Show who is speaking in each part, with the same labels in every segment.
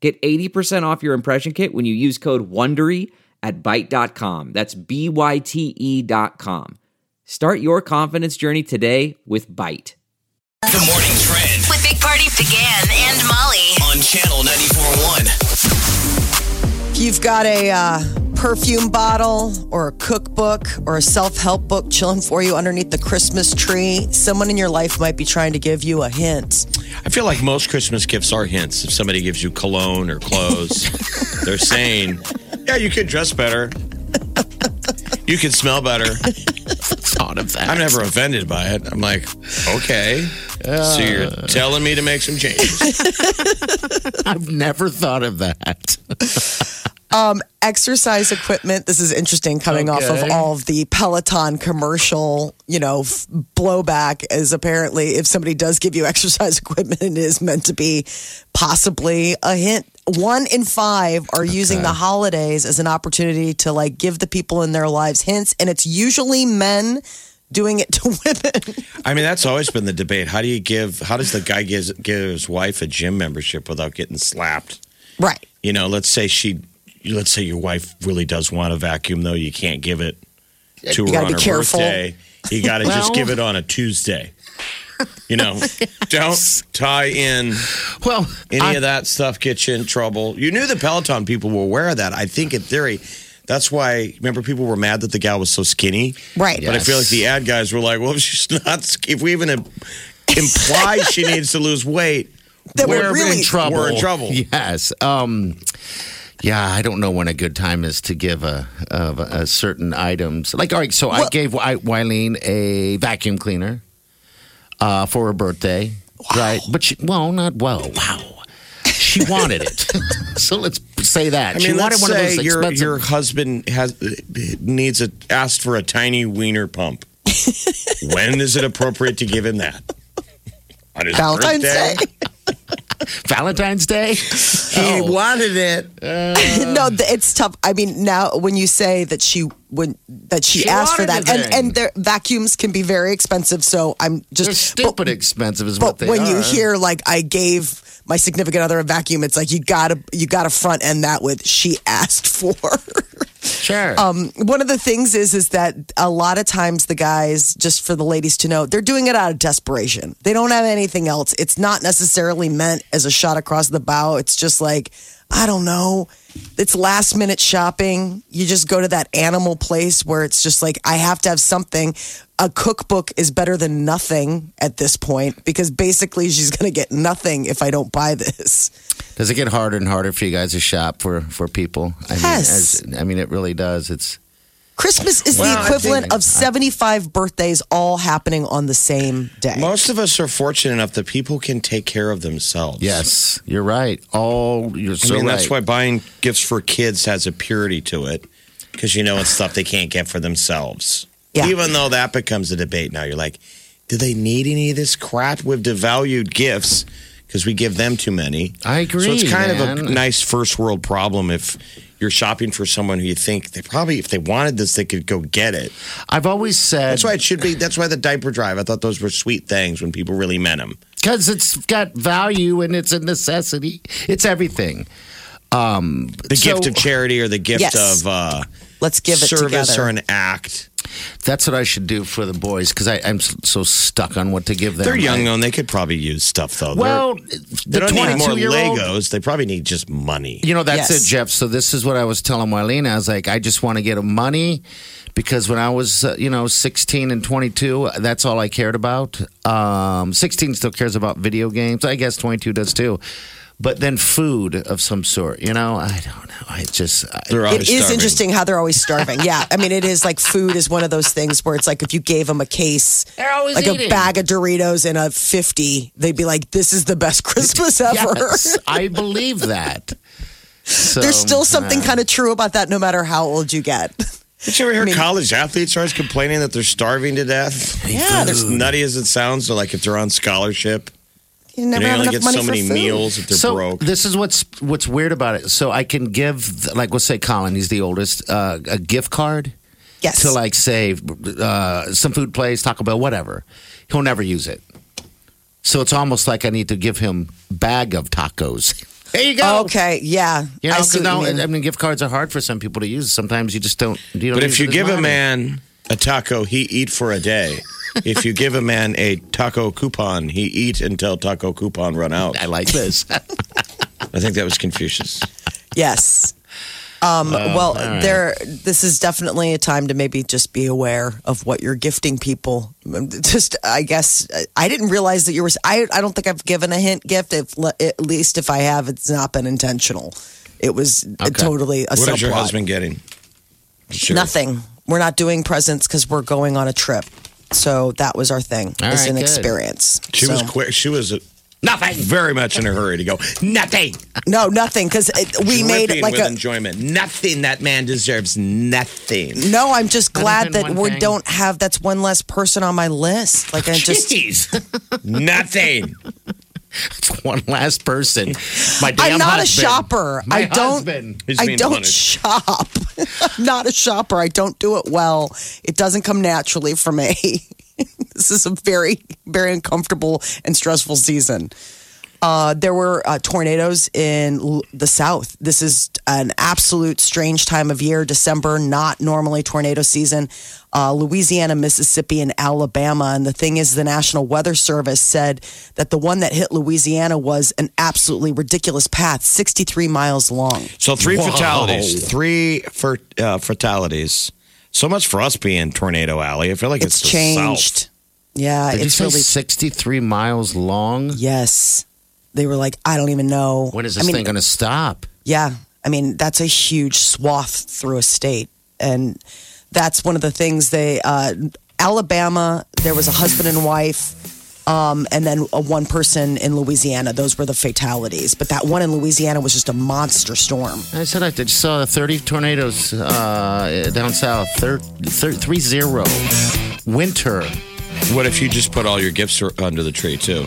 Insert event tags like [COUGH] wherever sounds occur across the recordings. Speaker 1: Get 80% off your impression kit when you use code WONDERY at Byte.com. That's B-Y-T-E E dot com. Start your confidence journey today with Byte.
Speaker 2: The morning trend
Speaker 3: With Big Party began and Molly.
Speaker 2: on channel 94.1.
Speaker 4: You've got a uh, perfume bottle or a cookbook or a self help book chilling for you underneath the Christmas tree. Someone in your life might be trying to give you a hint.
Speaker 5: I feel like most Christmas gifts are hints. If somebody gives you cologne or
Speaker 2: [LAUGHS]
Speaker 5: clothes, they're saying, "Yeah, you can dress better. You can smell better."
Speaker 6: thought of that.
Speaker 5: I'm never offended by it. I'm like, "Okay, so you're telling me to make some changes."
Speaker 6: I've never thought of that.
Speaker 4: Exercise equipment. This is interesting coming off of
Speaker 6: Okay.
Speaker 4: all of the Peloton commercial, you know, f- blowback is apparently if somebody does give you [LAUGHS] exercise equipment, it is meant to be possibly a hint. One in five are using the holidays as an opportunity to like give the people in their lives hints, and it's usually men doing it to [LAUGHS] women.
Speaker 5: I mean, that's always been the debate. How do you give? How does the guy gives give his wife a gym membership without getting slapped?
Speaker 4: Right.
Speaker 5: You know, let's say she, let's say your wife really does want a vacuum, though you can't give it to her
Speaker 4: gotta
Speaker 5: on
Speaker 4: be
Speaker 5: her
Speaker 4: careful.
Speaker 5: birthday. You got to just
Speaker 6: Well-
Speaker 5: give it on a Tuesday. You know,
Speaker 6: [LAUGHS]
Speaker 5: don't tie in
Speaker 6: [LAUGHS] Well,
Speaker 5: any
Speaker 6: I-
Speaker 5: of that stuff. Gets you in trouble. You knew the Peloton people were aware of that. I think in theory. That's why, remember, people were mad that the gal was so skinny.
Speaker 4: Right.
Speaker 5: But I feel like the ad guys were like, well, if she's not, sk- if we even im- imply she needs to lose weight,
Speaker 4: That
Speaker 5: we're
Speaker 4: we're
Speaker 5: in
Speaker 4: really-
Speaker 5: trouble. We're in trouble.
Speaker 6: Yes. Um, yeah, I don't know when a good time is to give a of a, a certain items. Like, all right, so I
Speaker 4: Well-
Speaker 6: gave Wy- Wileen a vacuum cleaner uh, for her birthday, right? But she, well, not well. Wow, she wanted it. [LAUGHS] so let's say that
Speaker 5: I
Speaker 6: she
Speaker 5: mean, let's
Speaker 6: wanted one of
Speaker 5: say
Speaker 6: those
Speaker 5: your
Speaker 6: expensive.
Speaker 5: your husband has needs a asked for a tiny wiener
Speaker 6: [LAUGHS]
Speaker 5: pump. when is it appropriate to give him that? On his
Speaker 4: Valentine's
Speaker 5: birthday?
Speaker 4: Day.
Speaker 6: Valentine's Day. Oh,
Speaker 5: He wanted it.
Speaker 4: [LAUGHS] no, th- it's tough. I mean, now when you say that she when that she,
Speaker 6: She
Speaker 4: asked for that,
Speaker 6: wanted the
Speaker 4: and
Speaker 6: thing.
Speaker 4: and their vacuums can be very expensive. So I'm
Speaker 6: They're
Speaker 4: just
Speaker 6: stupid
Speaker 4: but-
Speaker 6: expensive, is
Speaker 4: But
Speaker 6: what they
Speaker 4: when
Speaker 6: are.
Speaker 4: you hear like I gave my significant other a vacuum, it's like you gotta you gotta front end that with she asked for. [LAUGHS]
Speaker 6: sure.
Speaker 4: um, one of the things is is that a lot of times the guys, just for the ladies to know, they're doing it out of desperation. They don't have anything else. It's not necessarily meant as a shot across the bow. It's just like I don't know. It's last minute shopping. You just go to that animal place where it's just like I have to have something. A cookbook is better than nothing at this point because basically she's [LAUGHS] going to get nothing if I don't buy this.
Speaker 6: Does it get harder and harder for you guys to shop for for people? I
Speaker 4: Yes.
Speaker 6: Mean, as, I mean, it really does. It's
Speaker 4: Christmas is
Speaker 5: Well,
Speaker 4: the
Speaker 5: I
Speaker 4: equivalent
Speaker 6: think-
Speaker 4: of 75 birthdays all happening on the same day.
Speaker 5: Most of us are fortunate enough that people can take care of themselves.
Speaker 6: yes, you're right. All you're
Speaker 5: I
Speaker 6: so
Speaker 5: mean,
Speaker 6: right.
Speaker 5: that's why buying gifts for kids has a purity to it because you know it's stuff they can't get for themselves.
Speaker 4: Yeah.
Speaker 5: Even though that becomes a debate now, you're like, do they need any of this crap? We've devalued gifts because we give them too many.
Speaker 6: I agree.
Speaker 5: So it's kind
Speaker 6: man.
Speaker 5: of a nice first world problem if you're shopping for someone who you think they probably, if they wanted this, they could go get it.
Speaker 6: I've always said
Speaker 5: That's why it should be. That's why the diaper drive. I thought those were sweet things when people really meant them.
Speaker 6: because it's got value and it's a necessity. It's everything.
Speaker 5: The
Speaker 6: So-
Speaker 5: gift of charity or the gift
Speaker 4: Yes.
Speaker 5: of uh,
Speaker 4: Let's give it
Speaker 5: service
Speaker 4: together.
Speaker 5: or an act.
Speaker 6: That's what I should do for the boys because I'm s- so stuck on what to give them.
Speaker 5: They're young
Speaker 6: I,
Speaker 5: though, and they could probably use stuff though.
Speaker 6: well,
Speaker 5: They're, they
Speaker 6: the
Speaker 5: do not need more
Speaker 6: 22 year old.
Speaker 5: Legos. They probably need just money.
Speaker 6: You know, that's
Speaker 4: Yes.
Speaker 6: it, Jeff. So this is what I was telling Marlene. I was like, I just want to get them money because when I was, uh, you know, 16 and 22, that's all I cared about. Um, 16 still cares about video games. I guess 22 does too. But then food of some sort, you know, I don't know. I just, I,
Speaker 5: They're
Speaker 4: It
Speaker 5: always
Speaker 4: is
Speaker 5: starving.
Speaker 4: interesting how they're always starving. Yeah. I mean, it is like food is one of those things where it's like if you gave them a case,
Speaker 6: They're always
Speaker 4: like a
Speaker 6: eating.
Speaker 4: bag of Doritos and a [LAUGHS]
Speaker 6: Oh, [LAUGHS]
Speaker 4: 50, they'd be like, this is the best Christmas ever.
Speaker 6: yes, I believe that. So, uh,
Speaker 4: There's still something kind of true about that, no matter how old you get.
Speaker 5: Did you ever hear college athletes are always complaining that they're starving to death?
Speaker 4: Yeah,
Speaker 5: As
Speaker 4: there's
Speaker 5: nutty as it sounds, they're like if they're on scholarship,
Speaker 4: you
Speaker 5: and
Speaker 4: never
Speaker 5: they
Speaker 4: have
Speaker 5: only
Speaker 4: enough
Speaker 5: get
Speaker 4: money
Speaker 5: so
Speaker 4: for
Speaker 5: many
Speaker 4: food.
Speaker 5: meals if they're
Speaker 6: so
Speaker 5: broke.
Speaker 6: this is what's what's weird about it. So I can give, like, let's say Colin, he's the oldest, uh, a gift card
Speaker 4: Yes.
Speaker 6: to like say uh, some food place, Taco Bell, whatever. He'll never use it. So it's almost like I need to give him bag of tacos. [LAUGHS] There you go.
Speaker 4: okay, yeah.
Speaker 6: You know,
Speaker 4: I
Speaker 6: 'cause
Speaker 4: see what
Speaker 6: now,
Speaker 4: you mean.
Speaker 6: I mean, gift cards are hard for some people to use. Sometimes you just don't. You don't
Speaker 5: But if you
Speaker 6: use it as
Speaker 5: give a
Speaker 6: money.
Speaker 5: man a taco, he eat for a
Speaker 4: [LAUGHS]
Speaker 5: day. if you give a man a taco coupon, he eat until taco coupon run out.
Speaker 6: I like this.
Speaker 5: [LAUGHS] I think that was Confucius.
Speaker 4: Yes. Um, well, there. This is definitely a time to maybe just be aware of what you're gifting people. Um, Just, I guess, I didn't realize that you were. I, I don't think I've given a hint gift. If at least if I have, it's not been intentional. It was
Speaker 6: Okay.
Speaker 4: totally a
Speaker 5: What is your
Speaker 4: subplot.
Speaker 5: husband getting? Sure.
Speaker 4: Nothing. We're not doing presents because we're going on a trip. So that was our thing.
Speaker 6: All
Speaker 4: it's
Speaker 6: right,
Speaker 4: an
Speaker 6: good.
Speaker 4: experience.
Speaker 5: She was
Speaker 4: So-
Speaker 5: quick. She was uh, nothing. Very much in a hurry to go. Nothing.
Speaker 4: no nothing because we made
Speaker 5: Dripping
Speaker 4: like
Speaker 5: with
Speaker 4: a
Speaker 5: enjoyment. Nothing. That man deserves nothing.
Speaker 4: No, I'm just glad
Speaker 6: Other
Speaker 4: that
Speaker 6: than
Speaker 4: we
Speaker 6: one thing.
Speaker 4: don't have. That's one less person on my list.
Speaker 6: [LAUGHS]
Speaker 4: Like I just,
Speaker 5: Jeez. [LAUGHS] nothing.
Speaker 6: It's [LAUGHS] one last person. My damn
Speaker 4: I'm not a
Speaker 6: husband.
Speaker 4: shopper.
Speaker 6: My
Speaker 4: I don't.
Speaker 6: husband.
Speaker 5: He's
Speaker 4: I
Speaker 5: being
Speaker 4: don't
Speaker 5: punished.
Speaker 4: shop. [LAUGHS] I'm not a shopper. I don't do it well. It doesn't come naturally for me. [LAUGHS] this is a very, very uncomfortable and stressful season. Uh, there were uh, tornadoes in l- the south. This is an absolute strange time of year. December, not normally tornado season. Uh, Louisiana, Mississippi, and Alabama. And the thing is, the National Weather Service said that the one that hit Louisiana was an absolutely ridiculous path, 63 miles long.
Speaker 5: So three
Speaker 6: Whoa.
Speaker 5: fatalities. Three fer- uh, fatalities. So much for us being tornado alley. I feel like
Speaker 4: It's
Speaker 5: it's, the South.
Speaker 4: changed. Yeah,
Speaker 6: Did you
Speaker 4: it's
Speaker 6: say
Speaker 4: really
Speaker 6: 63 miles long?
Speaker 4: yes. They were like, I don't even know.
Speaker 6: When is
Speaker 4: I
Speaker 6: this
Speaker 4: mean,
Speaker 6: thing going to stop?
Speaker 4: Yeah. I mean, that's a huge swath through a state. And that's one of the things they, uh, Alabama, there was a husband and wife, um, and then a one person in Louisiana. Those were the fatalities. But that one in Louisiana was just a monster storm.
Speaker 6: I said I just saw 30 tornadoes uh, down south. Thir- thir- three zero. Winter.
Speaker 5: What if you just put all your gifts ar- under the tree too?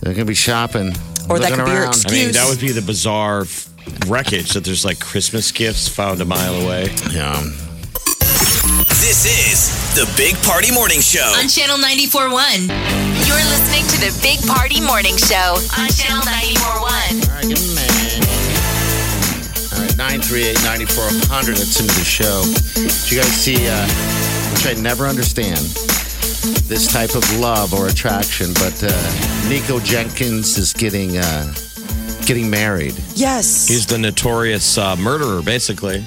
Speaker 6: They're going to be shopping.
Speaker 4: Or that
Speaker 6: looking
Speaker 4: could be your
Speaker 6: around.
Speaker 5: I mean,
Speaker 4: Excuse-
Speaker 5: that would be the bizarre f- wreckage that there's like Christmas gifts found a mile away.
Speaker 6: Yeah.
Speaker 2: This is the Big Party Morning Show.
Speaker 3: on Channel 94.1. You're listening to the Big Party Morning Show on Channel 94.1.
Speaker 6: All right, give me a minute. All right, 938 9400. That's into the show. Did you guys see, uh, which I never understand, this type of love or attraction, but uh, Nico Jenkins is getting uh, getting married.
Speaker 4: Yes.
Speaker 5: He's the notorious uh, murderer, basically.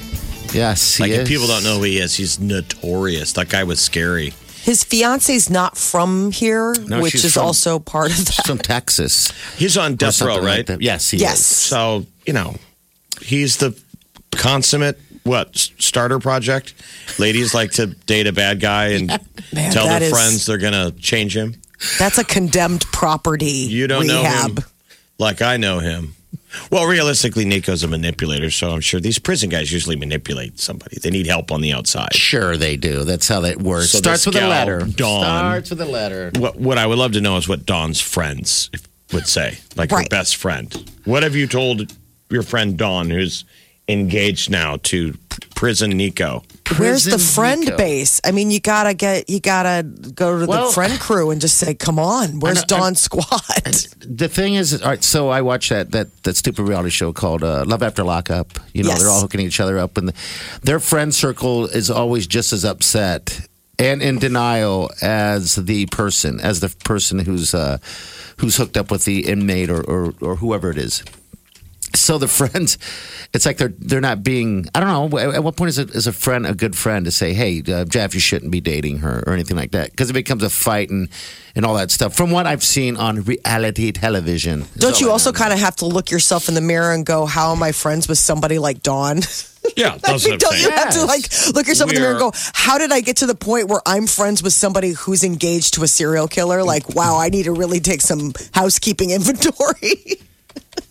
Speaker 6: Yes, he
Speaker 5: Like, if
Speaker 6: is.
Speaker 5: people don't know who he is, he's notorious. That guy was scary.
Speaker 4: His fiance's not from here,
Speaker 6: No,
Speaker 4: which
Speaker 6: she's
Speaker 4: is
Speaker 6: from-
Speaker 4: also part of that.
Speaker 6: He's from Texas.
Speaker 5: He's on
Speaker 6: or
Speaker 5: death row,
Speaker 6: something like
Speaker 5: right?
Speaker 6: that. yes, he is.
Speaker 4: Yes.
Speaker 5: So, you know, he's the consummate what s- starter project. Ladies like to date a bad guy and
Speaker 4: [LAUGHS] Man,
Speaker 5: tell
Speaker 4: that
Speaker 5: their
Speaker 4: is-
Speaker 5: friends they're going to change him.
Speaker 4: That's a condemned property.
Speaker 5: You don't
Speaker 4: rehab.
Speaker 5: know him like I know him. Well, realistically, Nico's a manipulator, so I'm sure these prison guys usually manipulate somebody. They need help on the outside.
Speaker 6: Sure, they do. That's how that works.
Speaker 5: So
Speaker 6: Starts
Speaker 5: this
Speaker 6: with a
Speaker 5: gal,
Speaker 6: letter.
Speaker 5: Dawn.
Speaker 6: Starts with a letter.
Speaker 5: What, what I would love to know is what Dawn's friends would say, like her
Speaker 4: Right.
Speaker 5: best friend. What have you told your friend Dawn, who's engaged now to p- prison Nico?
Speaker 4: Where's the
Speaker 6: Prison
Speaker 4: friend
Speaker 6: Nico.
Speaker 4: base? I mean, you gotta get, you gotta go to
Speaker 6: Well-
Speaker 4: the friend crew and just say, "Come on, where's Dawn [LAUGHS] Squad?"
Speaker 6: the thing is, all right. So I watched that that that stupid reality show called uh, Love After Lockup. You know,
Speaker 4: Yes.
Speaker 6: they're all hooking each other up, and their friend circle is always just as upset and in denial as the person, as the person who's uh, who's hooked up with the inmate or, or or whoever it is. So the friends, it's like they're they're not being. I don't know. At, at what point is a, is a friend a good friend to say, "Hey, uh, Jeff, you shouldn't be dating her" or anything like that? Because it becomes a fight and and all that stuff. From what I've seen on reality television, is
Speaker 4: Don't
Speaker 6: all
Speaker 4: you
Speaker 6: I
Speaker 4: also
Speaker 6: know.
Speaker 4: kind of have to look yourself in the mirror and go, "How am I friends with somebody like Dawn?" [LAUGHS]
Speaker 5: Yeah, that's what I'm
Speaker 4: Don't you
Speaker 5: saying.
Speaker 4: have to like look yourself in the mirror and go, "How did I get to the point where I'm friends with somebody who's engaged to a serial killer?" Like, wow, I need to really take some housekeeping [LAUGHS] inventory.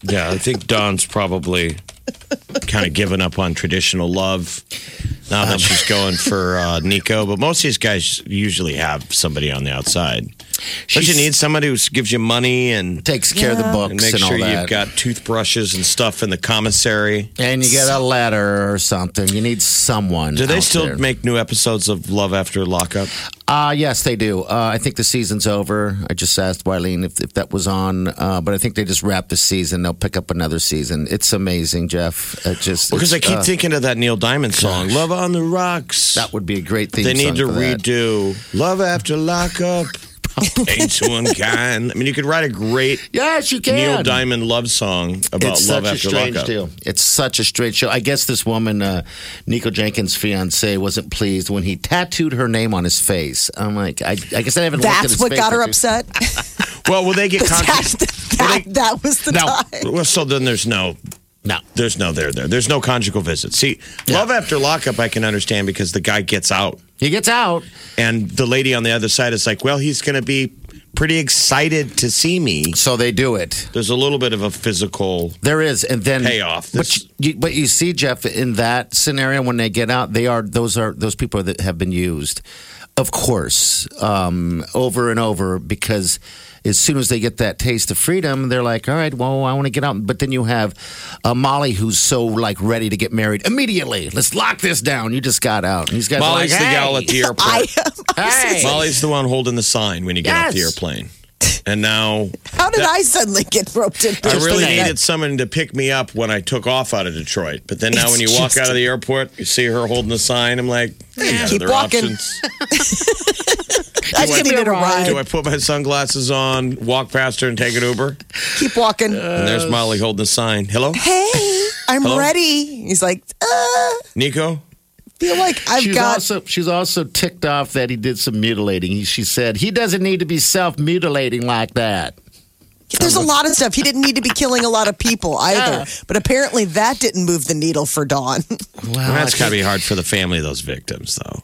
Speaker 5: Yeah, I think Dawn's probably kind of given up on traditional love now
Speaker 6: Um,
Speaker 5: that she's going for uh, Nico. But most of these guys usually have somebody on the outside. Don't you
Speaker 6: She's-
Speaker 5: need somebody who gives you money and,
Speaker 6: Takes care of the books
Speaker 5: and
Speaker 6: and,
Speaker 5: makes
Speaker 6: all
Speaker 5: sure
Speaker 6: that.
Speaker 5: you've got toothbrushes and stuff in the commissary?
Speaker 6: and you get a letter or something. You need someone.
Speaker 5: Do they
Speaker 6: out
Speaker 5: still
Speaker 6: there.
Speaker 5: make new episodes of Love After Lockup?
Speaker 6: Uh, yes, they do. Uh, I think the season's over. I just asked Wileen if, if that was on, uh, but I think they just wrapped the season. They'll pick up another season. It's amazing, Jeff. It just
Speaker 5: Because I
Speaker 6: it's,
Speaker 5: keep
Speaker 6: uh,
Speaker 5: thinking of that Neil Diamond song, Love on the Rocks.
Speaker 6: that would be a great thing.
Speaker 5: They need to redo Love After Lockup. Ain't one kind. I mean, you could write a great
Speaker 6: Yes, you can.
Speaker 5: Neil Diamond love song about
Speaker 6: it's
Speaker 5: love
Speaker 6: such
Speaker 5: after
Speaker 6: a strange
Speaker 5: lockup.
Speaker 6: deal. It's such a strange show. I guess this woman, uh, Nico Jenkins' fiance, wasn't pleased when he tattooed her name on his face. I'm like, I, I guess I haven't. looked at
Speaker 4: That's
Speaker 6: his
Speaker 4: what
Speaker 6: face
Speaker 4: got her
Speaker 6: like-
Speaker 4: upset. [LAUGHS]
Speaker 5: Well, will they
Speaker 6: [LAUGHS]
Speaker 5: get
Speaker 4: that,
Speaker 5: conjugal?
Speaker 4: that, that was the
Speaker 6: No.
Speaker 4: time.
Speaker 5: Well, so then there's no,
Speaker 6: No,
Speaker 5: there's no there there. There's no conjugal visit. See, love after lockup, I can understand because the guy gets out,
Speaker 6: he gets out.
Speaker 5: and the lady on the other side is like, well, he's going to be pretty excited to see me.
Speaker 6: So they do it.
Speaker 5: There's a little bit of a physical.
Speaker 6: There is, and then
Speaker 5: Payoff.
Speaker 6: But
Speaker 5: This-
Speaker 6: you, but you see, Jeff, in that scenario, when they get out, they are those are those people that have been used, of course, um, over and over. Because as soon as they get that taste of freedom, they're like, "All right, well, I want to get out." But then you have uh, Molly, who's so like ready to get married immediately. Let's lock this down. You just got out. And these guys,
Speaker 5: Molly's
Speaker 6: are like,
Speaker 5: the
Speaker 6: hey,
Speaker 5: gal at the
Speaker 6: [LAUGHS]
Speaker 5: airport.
Speaker 4: I am.
Speaker 6: Hey.
Speaker 5: Molly's the one holding the sign when you get off the
Speaker 6: Yes.
Speaker 5: airplane. And
Speaker 4: [LAUGHS]
Speaker 5: now
Speaker 4: How did I suddenly get roped into
Speaker 5: I
Speaker 4: this?
Speaker 5: really
Speaker 4: Like,
Speaker 5: needed someone to pick me up when I took off out of Detroit. But then now, when you
Speaker 4: It's
Speaker 5: walk
Speaker 4: just-
Speaker 5: out of the airport, you see her holding the sign. I'm like, they had
Speaker 4: Keep
Speaker 5: other
Speaker 4: walking.
Speaker 5: options.
Speaker 4: [LAUGHS] I just needed a
Speaker 5: Do I
Speaker 4: ride.
Speaker 5: put my sunglasses on, walk past her, and take an Uber?
Speaker 4: Keep walking.
Speaker 5: And there's
Speaker 4: Oh.
Speaker 5: Molly holding the sign. Hello,
Speaker 4: hey, I'm
Speaker 5: Uh, Hello?
Speaker 4: ready. He's like, uh,
Speaker 5: Nico.
Speaker 4: feel like I've
Speaker 6: She's
Speaker 4: got.
Speaker 6: also she's also ticked off that he did some mutilating. He, she said he doesn't need to be self mutilating like that.
Speaker 4: There's a lot of stuff. He didn't need to be killing a lot of
Speaker 5: [LAUGHS]
Speaker 4: people either. But apparently that didn't move the needle for Dawn. [LAUGHS]
Speaker 6: Wow,
Speaker 4: Oh,
Speaker 5: Well, that's gotta be hard for the family of those victims, though.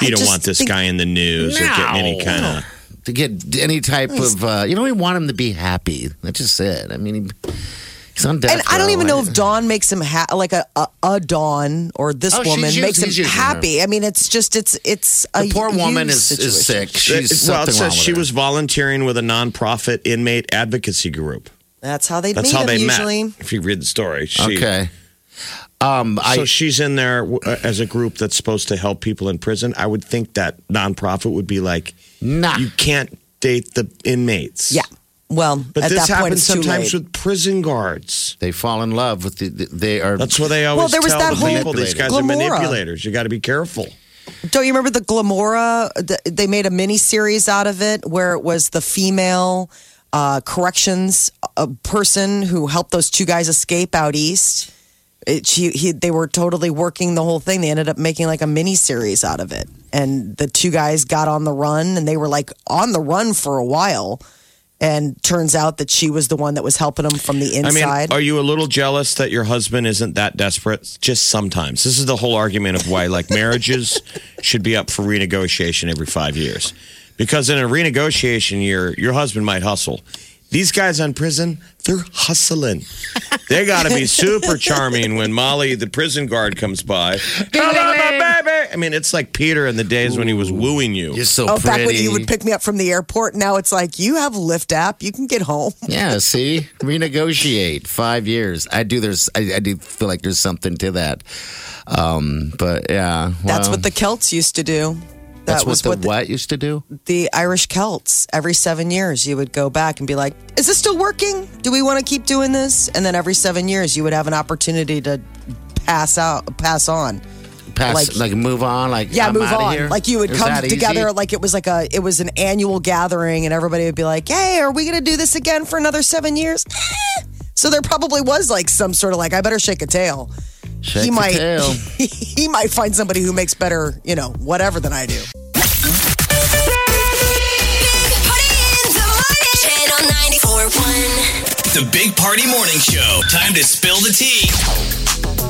Speaker 5: You
Speaker 4: I
Speaker 5: don't
Speaker 4: just
Speaker 5: want this
Speaker 4: think-
Speaker 5: guy in the news or getting any
Speaker 6: No.
Speaker 5: kind of.
Speaker 6: to get any type of uh, you know we want him to be happy that's just it i mean he, he's on death
Speaker 4: And I don't
Speaker 6: row.
Speaker 4: even know if Dawn makes him ha- like a, a a Dawn or this
Speaker 6: Oh, she's
Speaker 4: woman
Speaker 6: used-
Speaker 4: makes him
Speaker 6: he's using her.
Speaker 4: happy. I mean, it's just it's it's a
Speaker 6: the poor woman
Speaker 4: use
Speaker 6: is, is
Speaker 4: situation.
Speaker 6: sick she's
Speaker 5: It- Uh, well, it
Speaker 6: something
Speaker 5: says
Speaker 6: wrong with
Speaker 5: she
Speaker 6: her.
Speaker 5: was volunteering with a nonprofit inmate advocacy group.
Speaker 4: That's how they
Speaker 5: That's
Speaker 4: meet
Speaker 5: how they
Speaker 4: him usually.
Speaker 5: met. If you read the story, she,
Speaker 6: okay um i
Speaker 5: so she's in there w- uh, as a group that's supposed to help people in prison. I would think that nonprofit would be like,
Speaker 6: nah
Speaker 5: you can't date the inmates.
Speaker 4: Yeah. Well,
Speaker 5: But
Speaker 4: at
Speaker 5: this
Speaker 4: that point,
Speaker 5: happens
Speaker 4: it's too
Speaker 5: sometimes
Speaker 4: late.
Speaker 5: with prison guards.
Speaker 6: they fall in love with the, the they are
Speaker 5: That's why they always
Speaker 4: Well, there was
Speaker 5: tell
Speaker 4: that
Speaker 5: the
Speaker 4: whole
Speaker 5: people these guys are
Speaker 4: Glamora.
Speaker 5: manipulators. You got to be careful.
Speaker 4: Don't you remember the Glamora? Th- They made a mini series out of it where it was the female uh, corrections uh, person who helped those two guys escape out east. It, she, he, they were totally working the whole thing. They ended up making like a mini series out of it, and the two guys got on the run, and they were like on the run for a while. And turns out that she was the one that was helping them from the
Speaker 5: I mean,
Speaker 4: inside.
Speaker 5: are you a little jealous that your husband isn't that desperate? Just sometimes. This is the whole argument of why like marriages [LAUGHS] should be up for renegotiation every 5 years. Because in a renegotiation year, your husband might hustle. These guys on prison, they're hustling. They got to be super charming when Molly, the prison guard, comes by. Hello, my baby. I mean, it's like Peter in the days when he was wooing you.
Speaker 6: you're so
Speaker 4: oh,
Speaker 6: pretty
Speaker 4: back when you would pick me up from the airport, now it's like you have Lyft app, you can get home.
Speaker 6: yeah see renegotiate five years i do there's I, I do feel like there's something to that um but yeah
Speaker 4: That's
Speaker 6: well,
Speaker 4: what the Celts used to do.
Speaker 6: that's
Speaker 4: That was
Speaker 6: what
Speaker 4: what
Speaker 6: the
Speaker 4: the,
Speaker 6: what used to do
Speaker 4: the Irish Celts, every seven years, you would go back and be like, Is this still working? Do we want to keep doing this? And then every seven years, you would have an opportunity to pass out, pass on.
Speaker 6: pass like,
Speaker 4: Like-
Speaker 6: move on like
Speaker 4: Yeah,
Speaker 6: I'm
Speaker 4: move
Speaker 6: outta
Speaker 4: on.
Speaker 6: here?
Speaker 4: Like you would
Speaker 6: Is
Speaker 4: come
Speaker 6: that easy?
Speaker 4: together, like it was like a, it was an annual gathering, and everybody would be like, Hey, are we going to do this again for another seven years? [LAUGHS] so there probably was like some sort of like, I better shake a tail.
Speaker 6: Shake
Speaker 4: he
Speaker 6: the
Speaker 4: might,
Speaker 6: tail.
Speaker 4: [LAUGHS] he might find somebody who makes better, you know, whatever than I do.
Speaker 3: Big Party in the morning. Channel 94.1.
Speaker 2: The Big Party Morning Show. Time to spill the tea.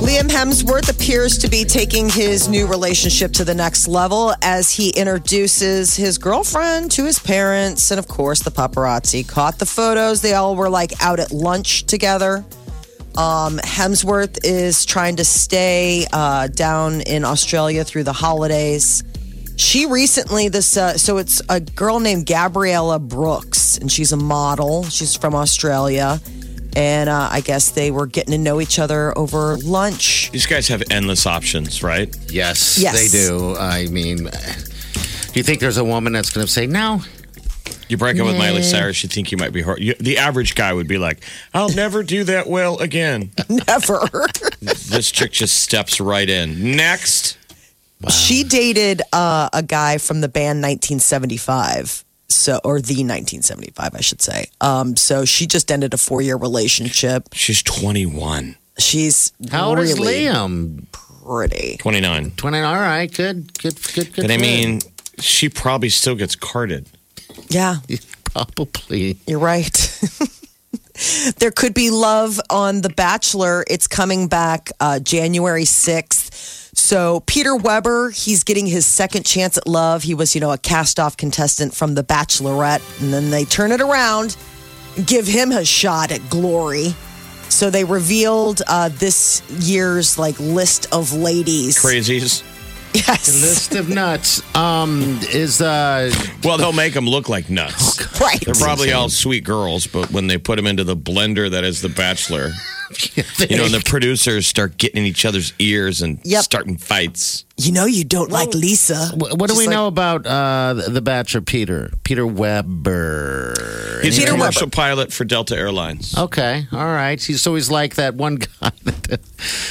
Speaker 4: Liam Hemsworth appears to be taking his new relationship to the next level as he introduces his girlfriend to his parents. And of course, the paparazzi caught the photos. They all were like out at lunch together. Um, Hemsworth is trying to stay uh, down in Australia through the holidays. She recently this uh, so it's a girl named Gabriella Brooks and she's a model. She's from Australia, and uh, I guess they were getting to know each other over lunch. [LAUGHS]
Speaker 5: These guys have endless options, right?
Speaker 6: Yes,
Speaker 4: Yes.
Speaker 6: they do. I mean, do you think there's a woman that's going to say no?
Speaker 5: You break up with Miley Cyrus, you think you might be hurt. You, the average guy would be like, I'll never do that well again.
Speaker 4: Never.
Speaker 5: this chick just steps right in. Next.
Speaker 4: She dated uh, a guy from the band 1975. So, or the 1975, I should say. Um, so she just ended a four year relationship.
Speaker 5: She's 21.
Speaker 4: She's
Speaker 6: How old is
Speaker 4: really
Speaker 6: Liam?
Speaker 4: pretty.
Speaker 5: 29.
Speaker 6: Twenty. All right, good, good, good, good.
Speaker 5: But I
Speaker 6: for him.
Speaker 5: mean, she probably still gets carded.
Speaker 4: Yeah,
Speaker 6: [LAUGHS] probably.
Speaker 4: you're right. [LAUGHS] there could be love on The Bachelor. It's coming back uh, January 6th. So Peter Weber, he's getting his second chance at love. He was, you know, a cast off contestant from The Bachelorette. And then they turn it around, give him a shot at glory. So they revealed uh, this year's like list of ladies.
Speaker 5: Crazies.
Speaker 4: [LAUGHS] Yes,
Speaker 6: List of nuts. Um, is uh,
Speaker 5: Well, they'll make them look like nuts.
Speaker 4: right.
Speaker 5: They're probably all sweet girls, but when they put them into the blender that is The Bachelor, you know, and
Speaker 6: [LAUGHS]
Speaker 5: the producers start getting in each other's ears and
Speaker 4: Yep.
Speaker 5: starting fights.
Speaker 4: You know you don't like Lisa.
Speaker 6: Wh- What do
Speaker 4: Just
Speaker 6: we
Speaker 4: like-
Speaker 6: know about uh, the- the Bachelor Peter? Peter Weber.
Speaker 5: He's
Speaker 4: Peter
Speaker 5: a commercial pilot for Delta Airlines.
Speaker 6: Okay, all right. He's always like that one [LAUGHS] guy. That,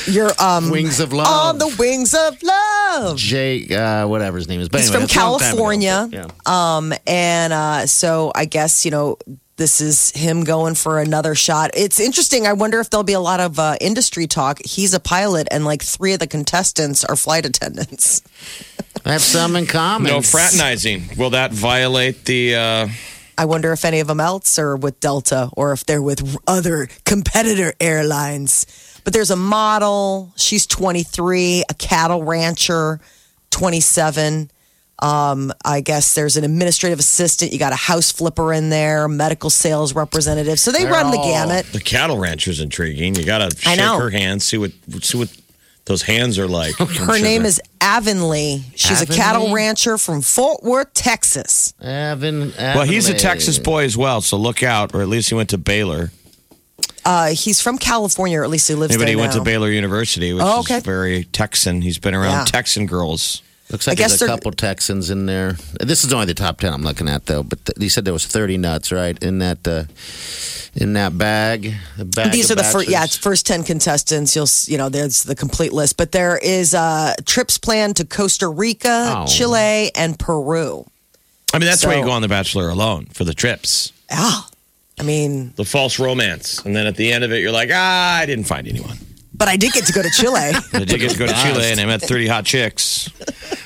Speaker 4: Your um
Speaker 6: Wings of Love.
Speaker 4: On the wings of love.
Speaker 6: Jay, uh, whatever his name is. But
Speaker 4: He's from
Speaker 6: anyway, that's a long time ago,
Speaker 4: California.
Speaker 6: but, yeah.
Speaker 4: Um, and uh, so I guess you know this is him going for another shot. It's interesting. I wonder if there'll be a lot of uh, industry talk. He's a pilot, and like three of the contestants are flight attendants.
Speaker 6: They have some in common.
Speaker 5: No fraternizing. Will that violate the? Uh,
Speaker 4: I wonder if any of them else are with Delta or if they're with other competitor airlines. But there's a model, she's 23, a cattle rancher, 27. Um, I guess there's an administrative assistant. You got a house flipper in there, medical sales representative. So they
Speaker 6: They're
Speaker 4: run the
Speaker 6: all-
Speaker 4: gamut.
Speaker 5: the cattle rancher's intriguing. You gotta
Speaker 4: I
Speaker 5: shake
Speaker 4: know.
Speaker 5: her hand, see what see what those hands are like.
Speaker 4: [LAUGHS] Her name is Avonlea. She's a cattle
Speaker 6: Avonlea?
Speaker 4: rancher from Fort Worth, Texas.
Speaker 6: Evan,
Speaker 5: Well, he's a Texas boy as well, so look out. Or at least he went to Baylor.
Speaker 4: Uh, he's from California, or at least he lives
Speaker 5: Maybe
Speaker 4: there
Speaker 5: he went
Speaker 4: now.
Speaker 5: to Baylor University, which
Speaker 4: Oh, okay.
Speaker 5: is very Texan. He's been around
Speaker 4: Yeah.
Speaker 5: Texan girls.
Speaker 6: Looks
Speaker 4: I
Speaker 6: like
Speaker 4: guess
Speaker 6: there's a
Speaker 4: they're-
Speaker 6: couple Texans in there. This is only the top ten I'm looking at, though. But th- he said there was 30 nuts, right, in that uh, in that bag. the bag
Speaker 4: These are
Speaker 6: of
Speaker 4: the first, yeah, it's
Speaker 6: bachelors.
Speaker 4: first ten contestants. You'll, s- you know, there's the complete list, but there is uh, trips planned to Costa Rica,
Speaker 6: Oh.
Speaker 4: Chile, and Peru.
Speaker 5: I mean, that's why
Speaker 4: So-
Speaker 5: you go on The Bachelor alone for the trips,
Speaker 4: Ah, I mean,
Speaker 5: the false romance, and then at the end of it, you're like, ah, I didn't find anyone. [LAUGHS]
Speaker 4: but I did get to go to
Speaker 6: [LAUGHS]
Speaker 4: Chile.
Speaker 5: I did get to go to Chile, and I met 30 hot chicks.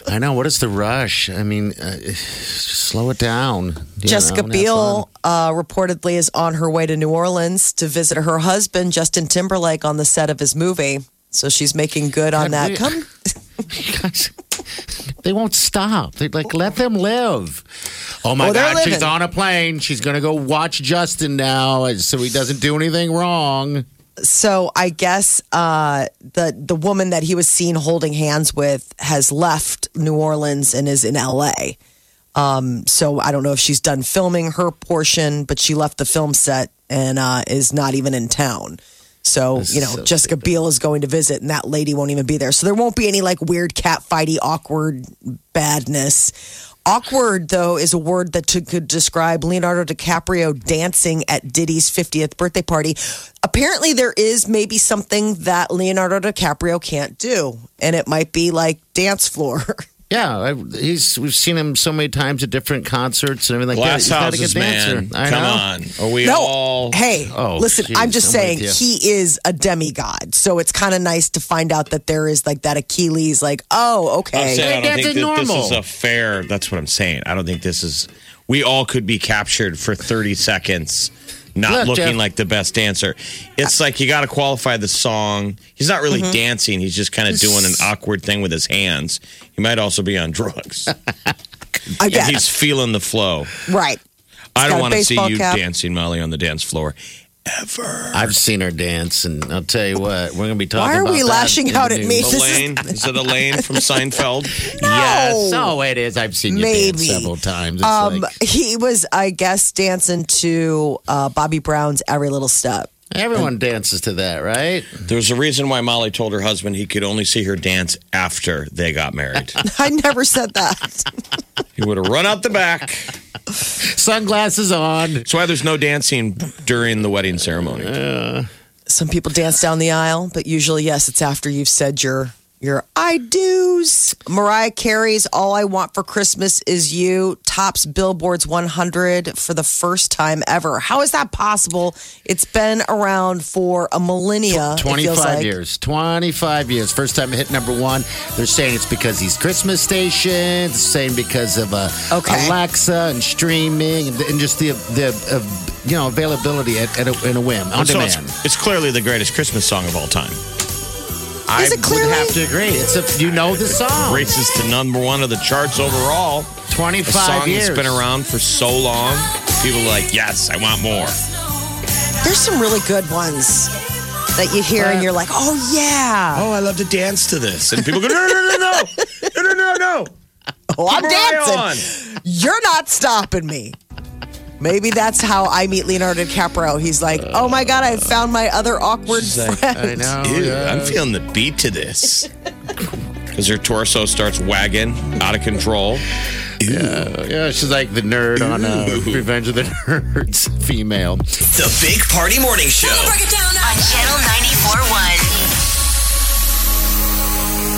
Speaker 6: I know. What is the rush? I mean, uh, slow it down. you
Speaker 4: [LAUGHS] Jessica
Speaker 6: know, and have
Speaker 4: Biel uh, reportedly is on her way to New Orleans to visit her husband Justin Timberlake on the set of his movie. So she's making good on
Speaker 6: God,
Speaker 4: that.
Speaker 6: we-
Speaker 4: Come,
Speaker 6: fun. [LAUGHS] Guys, they won't stop. They like let them live. Oh my
Speaker 4: Oh, they're
Speaker 6: God, she's
Speaker 4: living.
Speaker 6: on a plane. She's gonna go watch Justin now, so he doesn't do anything wrong.
Speaker 4: so I guess uh, the the woman that he was seen holding hands with has left New Orleans and is in L.A. Um, so I don't know if she's done filming her portion, but she left the film set and uh, is not even in town. So you know,
Speaker 6: so
Speaker 4: Jessica Biel is going to visit, and that lady won't even be there. So there won't be any like weird cat fighty, awkward badness. Awkward though is a word that to, could describe Leonardo DiCaprio dancing at Diddy's 50th birthday party. Apparently, there is maybe something that Leonardo DiCaprio can't do, and it might be like dance floor. [LAUGHS]
Speaker 6: Yeah, I, he's we've seen him so many times at different concerts and everything.
Speaker 5: Glass
Speaker 6: like that.
Speaker 5: houses,
Speaker 6: He's not a good
Speaker 5: man.
Speaker 6: dancer. I
Speaker 5: Come
Speaker 6: know.
Speaker 5: on. Are we
Speaker 4: no,
Speaker 5: all.
Speaker 4: hey,
Speaker 6: Oh,
Speaker 4: listen,
Speaker 6: geez,
Speaker 4: I'm just
Speaker 6: I'm
Speaker 4: saying
Speaker 6: with you.
Speaker 4: he is a demigod, so it's kind of nice to find out that there is like that Achilles, like oh,
Speaker 5: I'm
Speaker 4: okay,
Speaker 5: saying I don't
Speaker 6: That's
Speaker 5: think that this
Speaker 6: normal.
Speaker 5: is a fair. That's what I'm saying. I don't think this is. We all could be captured for 30 seconds not
Speaker 6: Look,
Speaker 5: looking
Speaker 6: Jeff.
Speaker 5: like the best dancer. It's like you got to qualify the song. He's not really
Speaker 4: Mm-hmm.
Speaker 5: dancing. He's just kind of doing an awkward thing with his hands. He might also be on
Speaker 4: [LAUGHS]
Speaker 5: drugs.
Speaker 4: I
Speaker 5: If
Speaker 4: guess.
Speaker 5: he's feeling the flow.
Speaker 4: right.
Speaker 5: I
Speaker 4: got
Speaker 5: don't
Speaker 4: a
Speaker 5: want to see
Speaker 4: baseball
Speaker 5: you
Speaker 4: cap.
Speaker 5: dancing, Molly, on the dance floor.
Speaker 6: I've seen her dance, and I'll tell you what, we're going to be talking.
Speaker 4: Why are
Speaker 6: about
Speaker 4: we
Speaker 6: that
Speaker 4: lashing
Speaker 6: in the
Speaker 4: out at
Speaker 6: news.
Speaker 4: me? [LAUGHS] This is- [LAUGHS]
Speaker 5: Elaine, is it Elaine from Seinfeld?
Speaker 6: Yes. Oh, it is. I've seen you
Speaker 4: Maybe.
Speaker 6: dance several times. It's
Speaker 4: Um,
Speaker 6: like,
Speaker 4: he was, I guess, dancing to uh, Bobby Brown's "Every Little Step." [LAUGHS]
Speaker 6: everyone dances to that, right?
Speaker 5: There's a reason why Molly told her husband he could only see her dance after they got married.
Speaker 4: I never said that.
Speaker 5: he would have run out the back.
Speaker 6: Sunglasses on.
Speaker 5: That's why there's no dancing during the wedding ceremony.
Speaker 4: Some people dance down the aisle, but usually, yes, it's after you've said your your I do's. Mariah Carey's "All I Want for Christmas Is You" tops Billboard's 100 for the first time ever. How is that possible? It's been around for a millennia. it feels
Speaker 6: 25
Speaker 4: like.
Speaker 6: years. 25 years. First time it hit number one. They're saying it's because he's Christmas station. They're saying because of uh,
Speaker 4: Okay.
Speaker 6: Alexa and streaming and, and just the, the uh, you know availability at, at a, in a whim on
Speaker 5: So it's,
Speaker 6: demand.
Speaker 5: it's clearly the greatest Christmas song of all time.
Speaker 6: I
Speaker 4: Is it
Speaker 6: would
Speaker 4: clearly-
Speaker 6: have to agree. It's a, you know the song.
Speaker 5: Races to number one of the charts overall. A
Speaker 6: 25
Speaker 5: song
Speaker 6: years.
Speaker 5: that's been around for so long. People are like, yes, I want more.
Speaker 4: There's some really good ones that you hear and you're like, oh yeah,
Speaker 5: Oh, I love to dance to this. And people go, no, no, no, no, no, no, no, [LAUGHS] no.
Speaker 4: oh, I'm dancing.
Speaker 5: On.
Speaker 4: You're not stopping me. Maybe that's how I meet Leonardo DiCaprio. He's like, oh my God, I found my other awkward friend.
Speaker 6: [LAUGHS] I know.
Speaker 5: Ew,
Speaker 6: yeah.
Speaker 5: I'm feeling the beat to [LAUGHS] this. Because her torso starts wagging out of control.
Speaker 6: Yeah, she's like the nerd on uh,
Speaker 5: [LAUGHS]
Speaker 6: Revenge of the Nerds, [LAUGHS] female.
Speaker 2: The Big Party Morning Show.
Speaker 3: Break it down on Channel 94.1.